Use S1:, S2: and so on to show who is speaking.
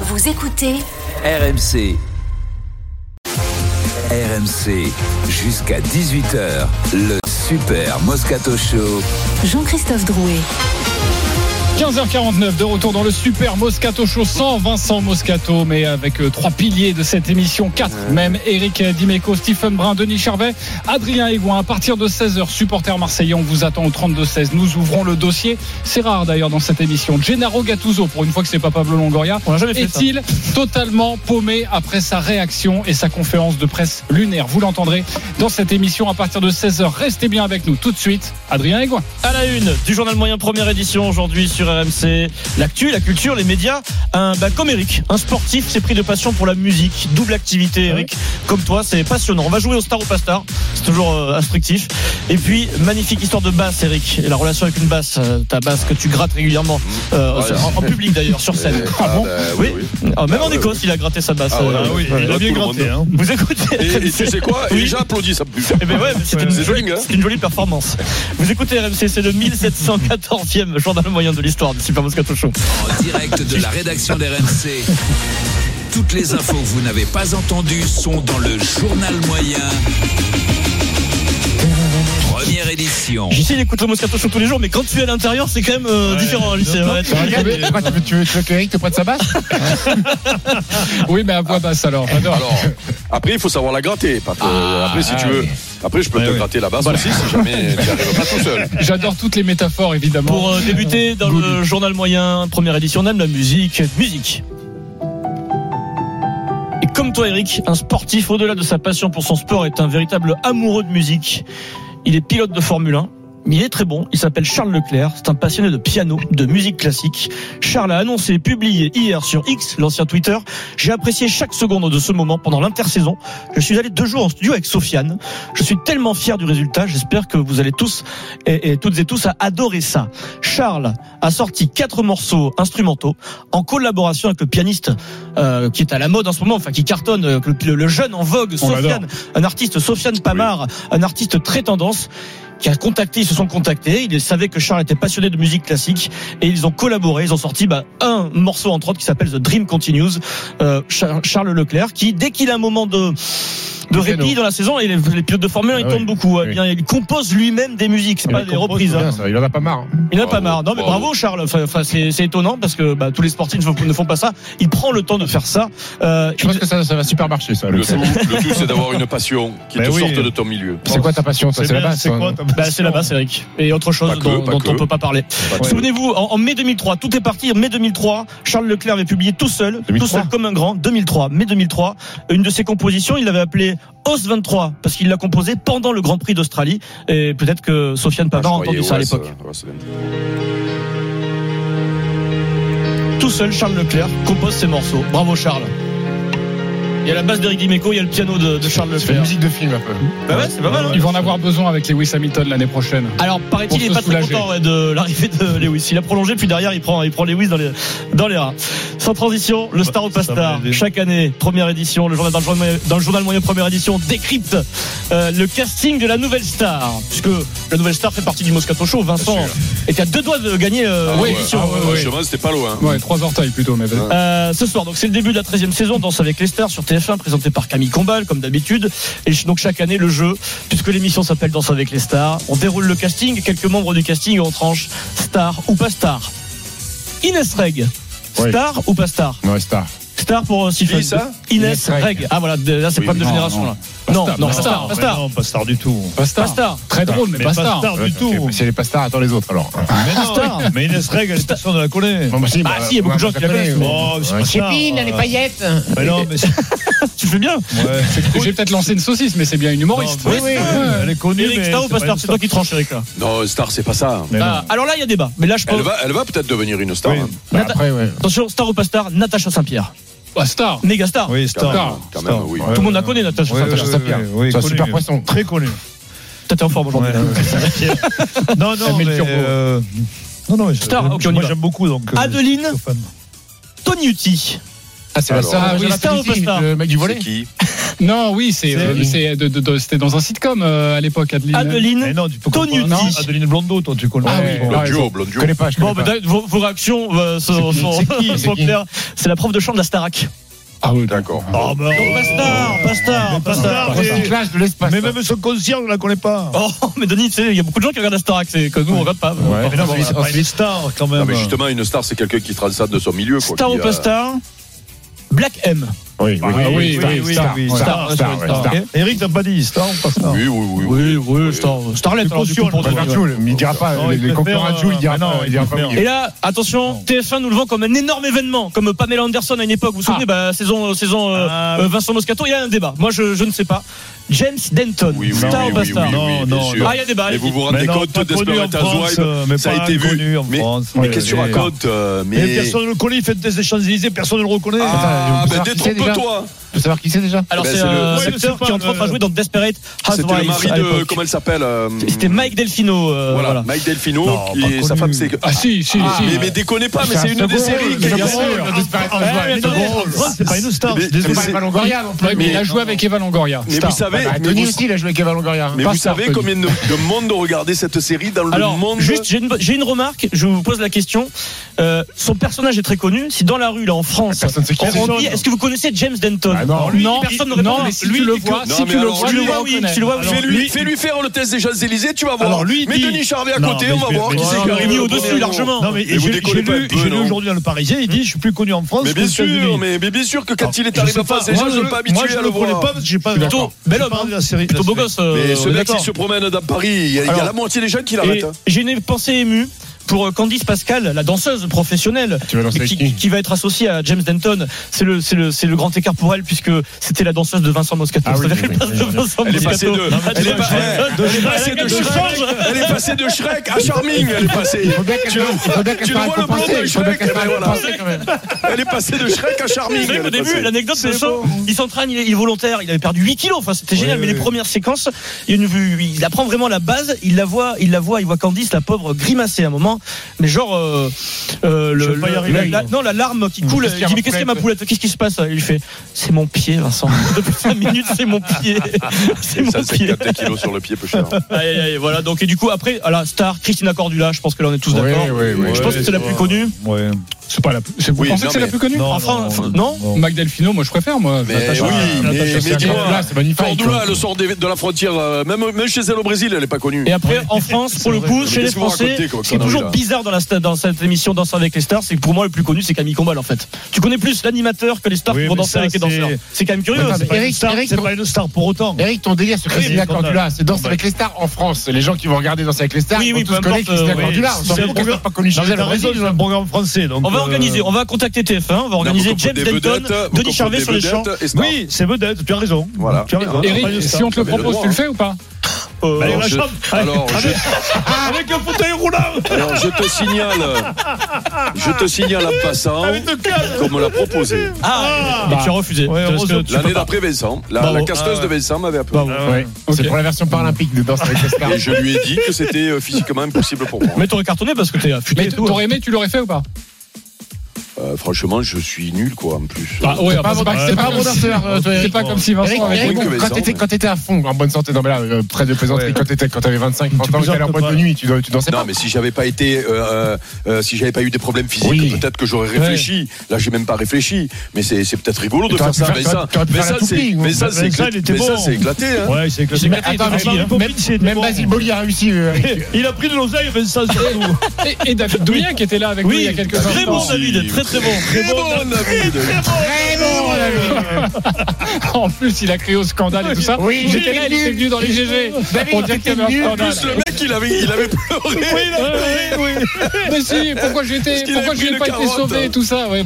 S1: Vous écoutez
S2: RMC. RMC, jusqu'à 18h, le Super Moscato Show.
S1: Jean-Christophe Drouet.
S3: 15h49 de retour dans le super Moscato Show sans Vincent Moscato mais avec euh, trois piliers de cette émission quatre même Eric Dimeco Stephen Brun Denis Charvet Adrien Aigouin à partir de 16h supporters marseillais on vous attend au 32-16 nous ouvrons le dossier c'est rare d'ailleurs dans cette émission Gennaro Gattuso pour une fois que c'est pas Pablo Longoria est-il totalement paumé après sa réaction et sa conférence de presse lunaire vous l'entendrez dans cette émission à partir de 16h restez bien avec nous tout de suite Adrien Aigouin
S4: À la une du journal moyen première édition aujourd'hui sur RMC. L'actu, la culture, les médias. Un, bah, comme Eric, un sportif s'est pris de passion pour la musique. Double activité, Eric. Comme toi, c'est passionnant. On va jouer au star ou pas star. C'est toujours euh, instructif. Et puis, magnifique histoire de basse, Eric. Et la relation avec une basse, euh, ta basse que tu grattes régulièrement. Euh,
S5: Ouais.
S4: en, en public d'ailleurs, sur scène.
S5: Euh, ah, bah, oui, oui.
S4: Ah, même
S5: Ah,
S4: en
S5: ouais,
S4: Écosse, il a gratté sa basse.
S5: Ah, ouais,
S4: Euh,
S5: ouais,
S4: oui,
S5: ouais,
S4: il a
S5: ouais,
S4: bien
S5: tout le
S4: gratté.
S5: monde.
S4: hein. Vous écoutez
S5: Et, et tu sais quoi
S4: Oui.
S5: Les gens applaudissent.
S4: Eh ben ouais, mais c'est une,
S5: C'est joli, hein
S4: c'est une jolie performance. Vous écoutez RMC, c'est le 1714e journal moyen de l'histoire du Super Moscato Show.
S2: En direct de la rédaction d'RMC. Toutes les infos que vous n'avez pas entendues sont dans le journal moyen. Première édition.
S4: J'y sais, il écoute le Moscato Show tous les jours, mais quand tu es à l'intérieur, c'est quand même euh, différent, hein, lycée. Ouais, tu-
S3: Pourquoi tu veux, tu veux, tu veux que Eric te prête sa basse Oui, mais à voix basse alors. J'adore.
S5: Alors, après, il faut savoir la gratter. parce que,
S3: Ah,
S5: après, si
S3: ah,
S5: tu veux.
S3: oui.
S5: Après, je peux te gratter la base aussi si jamais tu n'arrives pas tout seul.
S3: J'adore toutes les métaphores évidemment.
S4: Pour euh, débuter dans le journal moyen, première édition, on aime la musique. Musique. Et comme toi, Eric, un sportif, au-delà de sa passion pour son sport, est un véritable amoureux de musique. Il est pilote de Formule 1. mais Il est très bon, il s'appelle Charles Leclerc, c'est un passionné de piano, de musique classique. Charles a annoncé et publié hier sur X, l'ancien Twitter, j'ai apprécié chaque seconde de ce moment pendant l'intersaison. Je suis allé deux jours en studio avec Sofiane. Je suis tellement fier du résultat, j'espère que vous allez tous et, et toutes et tous à adorer ça. Charles a sorti quatre morceaux instrumentaux en collaboration avec le pianiste euh, qui est à la mode en ce moment, enfin qui cartonne, euh, le, le jeune en vogue, Sofiane, un artiste Sofiane Pamar, un artiste très tendance qui a contacté, ils se sont contactés, ils savaient que Charles était passionné de musique classique et ils ont collaboré, ils ont sorti bah, un morceau entre autres qui s'appelle The Dream Continues, euh, Char- Charles Leclerc, qui dès qu'il a un moment de de
S3: piano.
S4: répit dans la saison et les, les pilotes de Formule 1 ils
S6: Ah oui.
S4: tournent beaucoup, eh
S6: Oui.
S4: bien il compose lui-même des musiques, c'est pas des reprises. hein.
S6: il en a pas marre.
S4: Il n'a
S5: Bravo,
S4: pas marre. Non, mais
S5: bravo.
S4: bravo, Charles. Enfin, enfin, c'est c'est étonnant parce que bah, tous les sportifs ne font, ne font pas ça. Il prend le temps de faire ça. Euh,
S6: Je pense que ça, ça va super marcher, ça.
S5: Le
S6: Lucas.
S5: tout, le tout, c'est d'avoir une passion qui
S6: Ben
S5: te
S6: oui.
S5: sorte de ton milieu.
S6: C'est quoi ta passion, toi C'est hein. la base. toi, non
S4: bah, c'est là-bas, c'est Eric. Et autre chose
S5: Pas que,
S4: dont,
S5: pas
S4: dont
S5: que.
S4: on peut pas parler.
S5: Pas que.
S4: Souvenez-vous, en, en mai 2003, tout est parti. En mai 2003, Charles Leclerc avait publié tout seul, tout
S6: 2003.
S4: seul comme un grand. 2003, mai 2003, une de ses compositions, il l'avait appelée Os 23 parce qu'il l'a composée pendant le Grand Prix d'Australie. Et peut-être que Sofiane
S5: Ah, je
S4: Pavard a entendu
S5: croyais,
S4: ça à
S5: ouais,
S4: l'époque.
S5: ouais, c'est-
S4: Tout seul, Charles Leclerc compose ses morceaux. Bravo Charles. Il y a la basse d'Eric Dimeco, il y a le piano de, de Charles
S6: C'est
S4: Leclerc.
S6: une musique de film un peu.
S4: Bah ouais, c'est pas mal. hein.
S3: Ils vont en avoir besoin avec Lewis Hamilton l'année prochaine.
S4: Alors paraît-il,
S3: Pour
S4: il est
S3: se
S4: pas très
S3: soulager.
S4: content ouais, de l'arrivée de Lewis. Il a prolongé, puis derrière il prend, il prend Lewis dans les dans les rats. Sans transition, le Star ou pas
S6: ça va
S4: Star.
S6: l'aider.
S4: Chaque année, première édition, le journal dans le journal, moyen- dans le journal moyen première édition décrypte euh, le casting de la nouvelle star, puisque la nouvelle star fait partie du Moscato Show. Vincent
S5: Bien
S4: était à deux doigts de gagner. euh,
S5: Ah, ouais.
S4: l'édition.
S5: Ah, ouais, ouais, Franchement, c'était pas loin.
S3: Ouais, trois orteils plutôt, mais vas-y.
S4: Euh, ce soir, donc c'est le début de la 13e saison, Danse avec les stars sur TF1, présenté par Camille Combal, comme d'habitude. Et ch- donc chaque année, le jeu, puisque l'émission s'appelle Danse avec les stars, on déroule le casting, et quelques membres du casting en tranche star ou pas star. Inès Reg,
S6: Ouais.
S4: star ou pas star
S6: Ouais, star.
S4: Star pour euh, Sylvain.
S5: Qui, ça
S4: Inès
S6: Inès Reg.
S4: Reg. Ah voilà, de- là c'est
S5: Oui,
S4: problème de
S3: non,
S4: génération
S3: non.
S4: là. Non,
S6: star,
S4: non,
S6: pas
S4: pas star, pas
S7: mais
S4: star,
S7: non, pas star du tout.
S3: Pas star.
S4: pas star.
S3: Très drôle, mais, pas star.
S7: du
S6: Ouais,
S7: tout.
S6: ok, Si elle est pas star, attends les autres alors.
S7: Mais non,
S4: star.
S7: Mais Inès Reg, elle, personne ne la connaît.
S6: Bon, bah, si,
S4: Ah, si, il y a beaucoup de gens qui la connaissent.
S7: Oh, mais c'est pas star.
S8: les paillettes.
S7: Mais non, mais c'est.
S4: Tu fais bien.
S7: Ouais, c'est
S3: J'ai peut-être lancé une saucisse, mais c'est bien une humoriste.
S7: Non, mais-
S4: Oui,
S7: Elle est connue.
S4: Eric,
S7: mais
S4: star ou
S7: c'est
S4: pas
S7: pas
S4: star
S7: une
S4: C'est toi qui tranches, Eric là.
S5: Non, star, c'est pas ça.
S7: Mais non.
S4: Ah, Alors là, il y a débat. Mais là, je pense.
S5: Elle va, elle va peut-être devenir une star.
S7: Oh. Oui.
S5: hein.
S6: Bah,
S4: Nata-
S6: après, ouais.
S4: Attention, star ou pas star, Natacha Saint-Pierre.
S3: Pas star.
S4: Méga star.
S7: Oui,
S5: Quand
S7: star.
S5: même,
S3: Star.
S5: Ah, quand même, oui.
S7: Ouais,
S4: Tout le monde la
S7: ouais.
S4: connaît, Natacha
S7: Ouais,
S4: Saint-Pierre.
S6: Sacha
S7: ouais,
S6: Sapir.
S7: ouais, ouais,
S6: C'est un
S7: connue.
S6: super poisson.
S7: Très connu.
S4: T'es en forme aujourd'hui.
S7: Ouais, ouais. non, non,
S3: met le
S7: mais,
S3: turbo.
S7: euh, non, non, mais je-
S4: Star, ok, on y
S7: moi
S4: va.
S7: j'aime beaucoup donc. euh,
S4: Adeline.
S7: je suis fan.
S4: Tony Uti.
S6: Ah, c'est la
S5: Alors,
S6: star.
S4: oui,
S6: Jonathan
S3: ah
S4: star ou pas
S6: Petit,
S4: star
S6: Le mec du
S5: C'est
S6: volet.
S5: qui
S3: Non, oui, c'est, euh, c'est de- de- de- c'était dans un sitcom euh, à l'époque, Adeline.
S7: Mais
S4: Adeline.
S7: non, tu peux
S4: Tony
S7: comprendre.
S4: Uti.
S7: Non, Adeline Blondeau, toi, tu connais.
S6: Ah oui, bon.
S5: Blondio, Blondio.
S6: Je connais pas, je connais
S4: Bon, bah,
S6: pas.
S4: d'ailleurs, vos, vos réactions euh, sont,
S6: C'est qui
S4: sont-
S6: C'est qui
S4: sont
S6: C'est qui
S4: claires. Oh, C'est la prof de chant de la Starac.
S6: Ah oui,
S5: D'accord.
S7: Ah, bah,
S6: Oh,
S4: Non, pas star, pas star, pas star.
S7: Mais-
S6: C'est une classe de l'espace.
S7: Mais même son concierge, on la connaît pas.
S4: Oh, mais Denis, tu sais, il y a beaucoup de gens qui regardent la Starac, c'est que nous, on regarde pas.
S6: Ouais.
S7: Mais non, mais
S6: Ensuite,
S7: c'est pas une star quand
S5: Non,
S7: même.
S5: mais justement, une star, c'est quelqu'un qui transcende de son milieu. Quoi,
S4: Star
S5: qui,
S4: ou pas
S5: euh,
S4: star
S6: euh,
S4: Black M.
S6: Oui,
S7: Ah
S3: oui, oui,
S6: star,
S3: oui,
S7: oui,
S6: star,
S7: oui,
S6: star,
S4: star,
S6: star,
S4: star,
S6: ouais,
S4: star.
S6: star.
S7: Ok. Eric, t'as pas dit star ou pas star
S5: Oui, oui, oui.
S4: Oui, oui, Star, euh, Starlet. alors, du coup, pour
S6: Bah,
S4: toi,
S6: vers
S4: ouais.
S6: Jules, mais il dira pas,
S7: Non,
S6: les-
S7: il
S6: les
S7: préfère,
S6: concurrents à Jules, il dira
S7: euh,
S6: pas,
S7: non,
S6: il dira
S7: il
S6: pas.
S7: préfère.
S6: Miguel.
S4: Et là, attention, TF1 nous le vend comme un énorme événement, comme Pamela Anderson à une époque. Vous vous souvenez,
S6: Ah.
S4: bah, saison, saison euh,
S7: Ah,
S4: euh, Vincent Moscato, il y a un débat. Moi, je, je ne sais pas. James Denton,
S5: Oui, oui,
S4: star
S5: oui,
S4: ou pas
S5: oui,
S4: star
S5: oui, oui,
S7: Non,
S5: bien
S7: non,
S5: sûr.
S4: Ah, il y a débat.
S5: Mais
S4: allez-y.
S5: vous vous
S7: Mais
S5: rendez
S7: non,
S5: compte
S7: pas connu en
S5: d'Esperate
S7: France, euh,
S5: Housewives
S7: mais
S5: Ça a
S7: pas
S5: été
S7: connu
S5: vu.
S7: en
S5: Mais
S7: France.
S5: mais
S7: Oui,
S5: qu'est-ce que tu
S7: oui.
S5: racontes euh,
S7: Mais
S5: Mais.
S7: personne ne le connaît, il fait des Champs-Élysées, personne ne le reconnaît.
S5: Ah,
S6: Attends,
S5: mais
S6: vous savez déjà
S5: détrompe-toi
S6: Tu veux savoir qui c'est déjà
S4: Alors,
S5: Eh ben,
S4: c'est
S5: c'est le-
S4: un
S7: Ouais, je
S4: acteur
S7: sais pas,
S4: qui, entre autres,
S7: le-
S4: a joué dans Desperate
S5: C'était le
S4: Housewives
S5: mari
S4: à
S5: de.
S4: l'époque.
S5: Comment elle s'appelle euh,
S4: C'était Mike Delfino. euh,
S5: Voilà,
S4: voilà.
S5: Mike Delfino.
S7: Non,
S5: qui
S7: pas
S5: est- Sa
S7: connu.
S5: femme, c'est.
S3: Ah si, si,
S6: Ah,
S3: si.
S5: Mais, mais déconnez pas, mais
S6: C'est
S5: c'est
S6: un
S5: une des
S6: second
S5: séries
S6: rôle,
S5: qui
S6: mais
S5: est-
S6: bien sûr. Ah,
S7: mais
S4: attendez,
S7: attendez, c'est pas une star.
S5: Mais-
S7: je suis désolé.
S5: mais
S6: C'est
S5: c'est-
S6: pas Longoria non plus.
S3: Ouais, mais il a joué avec Eva Longoria.
S5: Mais
S3: star.
S5: vous savez,
S6: Bah,
S5: mais
S6: Tony
S5: vous-
S6: aussi, il a joué avec Eva Longoria.
S5: mais
S6: Pas
S5: vous
S6: star,
S5: savez
S6: Tony.
S5: combien de, de monde regarder cette série dans le
S4: Alors,
S5: monde
S4: juste, j'ai une, j'ai une remarque, je vous pose la question. Euh, son personnage est très connu. Si dans la rue, là, en France,
S6: Personne ne sait qui
S4: on- on
S6: c'est.
S4: dit, est-ce que vous connaissez James Denton
S6: Ah non,
S4: lui,
S3: non,
S4: personne ne
S3: il-
S4: répond.
S3: non, mais si
S4: Lui,
S3: tu le
S4: il-
S3: vois,
S5: non,
S3: si
S5: mais
S3: tu le
S5: alors,
S3: vois,
S4: tu le vois, oui,
S3: reconnaît.
S4: tu le vois, oui.
S5: Fais-lui fais-lui faire le test des Champs-Élysées, tu vas voir.
S7: Alors, lui, il
S5: mais
S7: dit-
S5: Denis Charvet à
S7: Non,
S5: côté,
S7: mais
S5: on va
S7: je vais-
S5: voir qui
S7: Ouais,
S5: c'est
S7: ouais,
S5: qui
S7: ouais,
S5: arrive
S7: ouais,
S5: le
S4: au-dessus,
S5: premier.
S4: largement.
S7: Non, mais
S5: Mais vous
S7: j'ai
S5: déconnez
S7: j'ai
S5: pas un
S7: lu,
S5: peu,
S7: j'ai lu
S5: non
S7: aujourd'hui dans le Parisien, il dit Je suis plus connu en
S4: Oh,
S7: France.
S5: Mais
S7: qu'aux
S5: bien sûr,
S7: États-Unis.
S5: mais, mais bien sûr que quand il est
S7: Je
S5: arrivé
S7: sais
S5: en
S7: pas,
S5: face, les gens ne sont pas
S7: Moi,
S5: habitués
S7: je
S5: à
S7: le
S5: le
S7: connais pas
S5: voir.
S7: parce que j'ai pas
S4: Plutôt bel homme, hein.
S7: de la série.
S4: plutôt beau
S7: la série.
S4: gosse. euh,
S5: Mais ce
S4: on est
S5: mec qui
S4: d'accord.
S5: se promène dans Paris, il y a- il y a
S4: Alors-
S5: la moitié des gens qui l'arrêtent.
S4: Et
S5: hein.
S4: J'ai une pensée émue pour euh, Candice Pascal, la danseuse professionnelle,
S6: Tu vas lancer
S4: qui,
S6: avec qui
S4: qui va être associée à James Denton. C'est le, c'est le, c'est le grand écart pour elle puisque c'était la danseuse de Vincent Moscato.
S6: Ah oui,
S4: C'est-à-dire
S6: oui,
S4: qu'elle passe de Vincent
S5: Elle est
S4: Moscato
S5: passée de-
S4: à
S5: elle
S4: James
S5: est pas-
S4: Denton.
S5: Elle est passée
S4: Elle
S5: de
S4: change.
S5: Shrek, elle est passée de Shrek à Charming, elle est passée.
S6: Il faut bien qu'elle
S5: Tu
S6: soit- il faut bien qu'elle
S5: tu
S6: soit
S5: le vois le blond
S6: récompensée.
S5: de
S6: Il faut bien
S5: Shrek,
S6: qu'elle soit
S5: mais voilà.
S6: récompensée quand même.
S5: Elle est passée de Shrek à Charming.
S4: C'est vrai
S5: elle
S4: qu'au
S5: est
S4: début,
S5: passée.
S4: l'anecdote, c'est ça. Il s'entraîne, il est, il est volontaire, il avait perdu 8 kilos, enfin, c'était génial, mais les premières séquences, il, y a une- il apprend vraiment la base, il la voit, il la voit, il voit Candice, la pauvre, grimacer à un moment, mais genre, euh, euh,
S7: Je
S4: le,
S7: vais pas y
S4: le-
S7: arriver,
S4: la, la- non, la larme qui coule,
S6: Qu'est-ce qu'il y
S4: il
S6: a,
S4: dit, mais
S6: ma
S4: qu'est-ce qu'il y a ma
S6: poulette
S4: poulette, qu'est-ce qui se passe? Il lui fait, c'est mon pied, Vincent. Depuis 5 minutes, c'est mon pied. C'est mon
S5: Ça, c'est
S4: pied.
S5: 4 kilos sur le pied, peu cher.
S4: Aïe, aïe, aïe, voilà, donc, et du coup, après, à la star, Christina Cordula, je pense que là, on est tous
S6: Oui,
S4: d'accord.
S6: oui, oui.
S4: Je
S7: Ouais,
S4: pense que c'est la
S7: ouais.
S4: plus connue.
S7: Ouais.
S3: C'est pas la plus- c'est- Vous
S5: Oui,
S3: pensez
S5: non,
S3: que c'est la
S5: mais-
S3: plus connue
S4: En France, non
S3: Mac Delfino, moi je préfère moi.
S5: Mais
S3: Natacha-
S5: oui, mais-
S3: Natacha
S5: mais
S3: Saint-Pierre.
S5: dis-moi,
S6: Là, c'est magnifique.
S5: Cordula, elle sort des- de la frontière, euh, même même chez elle au Brésil, elle n'est pas connue.
S4: Et après, en France, pour le coup,
S5: Mais
S4: chez les
S5: qu'est-ce que vous
S4: Français,
S5: racontez, quoi,
S4: ce qui est
S5: conneries,
S4: toujours
S5: là
S4: bizarre dans, la, sta- dans cette émission Danser avec les stars, c'est que pour moi, le plus connu, c'est Camille Combal, en fait. Tu connais plus l'animateur que les stars
S7: Oui,
S4: qui vont
S7: mais
S4: danser
S7: ça,
S4: avec les danseurs.
S7: c'est-
S4: C'est quand même curieux.
S6: Attends,
S4: c'est-
S7: C'est pas
S6: Eric,
S7: une star,
S6: Eric,
S7: c'est
S6: pour-
S7: pas une star pour autant.
S6: Eric, ton délire sur Christina
S7: mais-
S6: Cordula, c'est Danse avec les stars en France. Les gens qui vont regarder Danse avec les stars,
S4: Oui,
S6: ils
S4: oui,
S6: vont
S4: peu
S6: tous connaître
S4: importe,
S6: Christina
S4: euh,
S6: Cordula.
S7: oui.
S6: On s'en
S7: C'est
S6: fout qu'elle soit
S7: un programme-
S6: pas connue chez
S7: Non, mais
S6: elle.
S7: t'as raison,
S6: Vas-y,
S7: c'est un programme français. donc,
S4: On va
S7: euh,
S4: organiser, on va contacter TF1, on va organiser
S5: vous
S4: James
S5: confondez
S4: Denton,
S5: vedettes, vous
S4: Denis Charvet
S5: confondez
S4: sur les champs.
S5: vedettes et stars.
S7: Oui, c'est vedette, tu as raison.
S5: Voilà.
S7: Tu as raison.
S5: Eric,
S7: Pas une
S3: Eric,
S7: star.
S3: si on te le
S5: Vous avez le
S3: propose,
S5: droit,
S3: tu le fais ou pas
S4: Euh,
S7: Allez, la
S5: je-
S7: chambre.
S5: alors, je-
S7: Avec un fauteuil roulant.
S5: Alors je te signale, je te signale en passant, comme on l'a proposé.
S4: Ah, mais tu as refusé.
S7: Ouais,
S4: Parce que
S7: heureusement.
S4: tu
S5: L'année
S4: peux pas.
S5: d'après Vincent, la,
S4: Bravo.
S5: la casteuse de Vincent m'avait appelé.
S6: Ouais.
S3: Ok.
S6: C'est pour la version paralympique de Danse avec les stars.
S5: Et je lui ai dit que c'était euh, physiquement impossible pour moi.
S4: Mais t'aurais cartonné parce que t'es affûté
S3: Mais
S4: et tout.
S3: t'aurais
S5: hein.
S3: aimé, tu l'aurais fait ou pas
S5: Euh, franchement, je suis nul quoi en plus.
S7: Ah,
S3: Bah, ouais,
S6: C'est pas
S3: bah,
S6: mon-
S3: c'est
S6: c'est
S3: pas
S6: pas
S3: comme
S6: mon
S3: si-
S6: danseur, euh, toi,
S3: C'est
S6: Eric.
S3: pas comme si Vincent
S6: Eric,
S3: avait
S5: Eric,
S6: bon,
S5: que
S6: quand
S5: Vincent,
S6: t'étais
S5: ouais.
S6: quand t'étais à fond en bonne santé non mais là euh, près de plaisanterie
S7: Ouais.
S6: quand t'étais quand t'avais 25 30 ans t'allais en
S7: plaisantes
S6: boîte
S7: pas.
S6: de nuit tu, tu dansais
S5: Non
S6: pas
S5: mais si j'avais pas été, euh, euh, euh, si j'avais pas eu des problèmes physiques,
S6: Oui.
S5: peut-être que j'aurais réfléchi. Là j'ai même pas réfléchi, mais c'est c'est peut-être rigolo de
S6: T'aurais
S5: faire ça.
S6: pu
S5: Mais
S6: faire-
S5: ça,
S6: t'aurais pu
S5: mais
S6: faire la
S5: ça, c'est,
S6: toupie, ou-
S5: mais ça c'est
S7: Vincent, il
S5: éclaté.
S7: était
S5: Mais ça
S7: bon.
S5: c'est éclaté. hein.
S7: Ouais, c'est éclaté.
S4: C'est
S6: mais
S4: éclaté,
S6: attends
S4: il était
S6: mais
S4: parti,
S6: même,
S7: hein.
S6: même, même Basile Boli a réussi euh, Eric.
S7: Il a pris de l'oseille, Vincent, surtout.
S3: Et, et David Douillet qui était là avec nous il y a quelques instants.
S4: très bon David,
S5: Oui.
S4: très très bon.
S5: Très bon, David.
S6: Très bon, mon ami.
S3: En plus, il a crié au scandale et tout ça.
S6: Oui,
S3: j'étais là, il
S6: nul.
S3: était venu dans les GG
S6: David,
S3: pour dire qu'il y avait
S6: t'étais
S3: un
S6: nul.
S5: En
S3: scandale.
S5: plus le mec il avait, il avait pleuré.
S3: Mais si, pourquoi j'étais,
S5: qu'il
S3: pourquoi
S5: avait
S3: j'ai
S5: pris
S3: pas
S5: le
S3: été
S5: carotte.
S3: sauvé et tout ça ouais,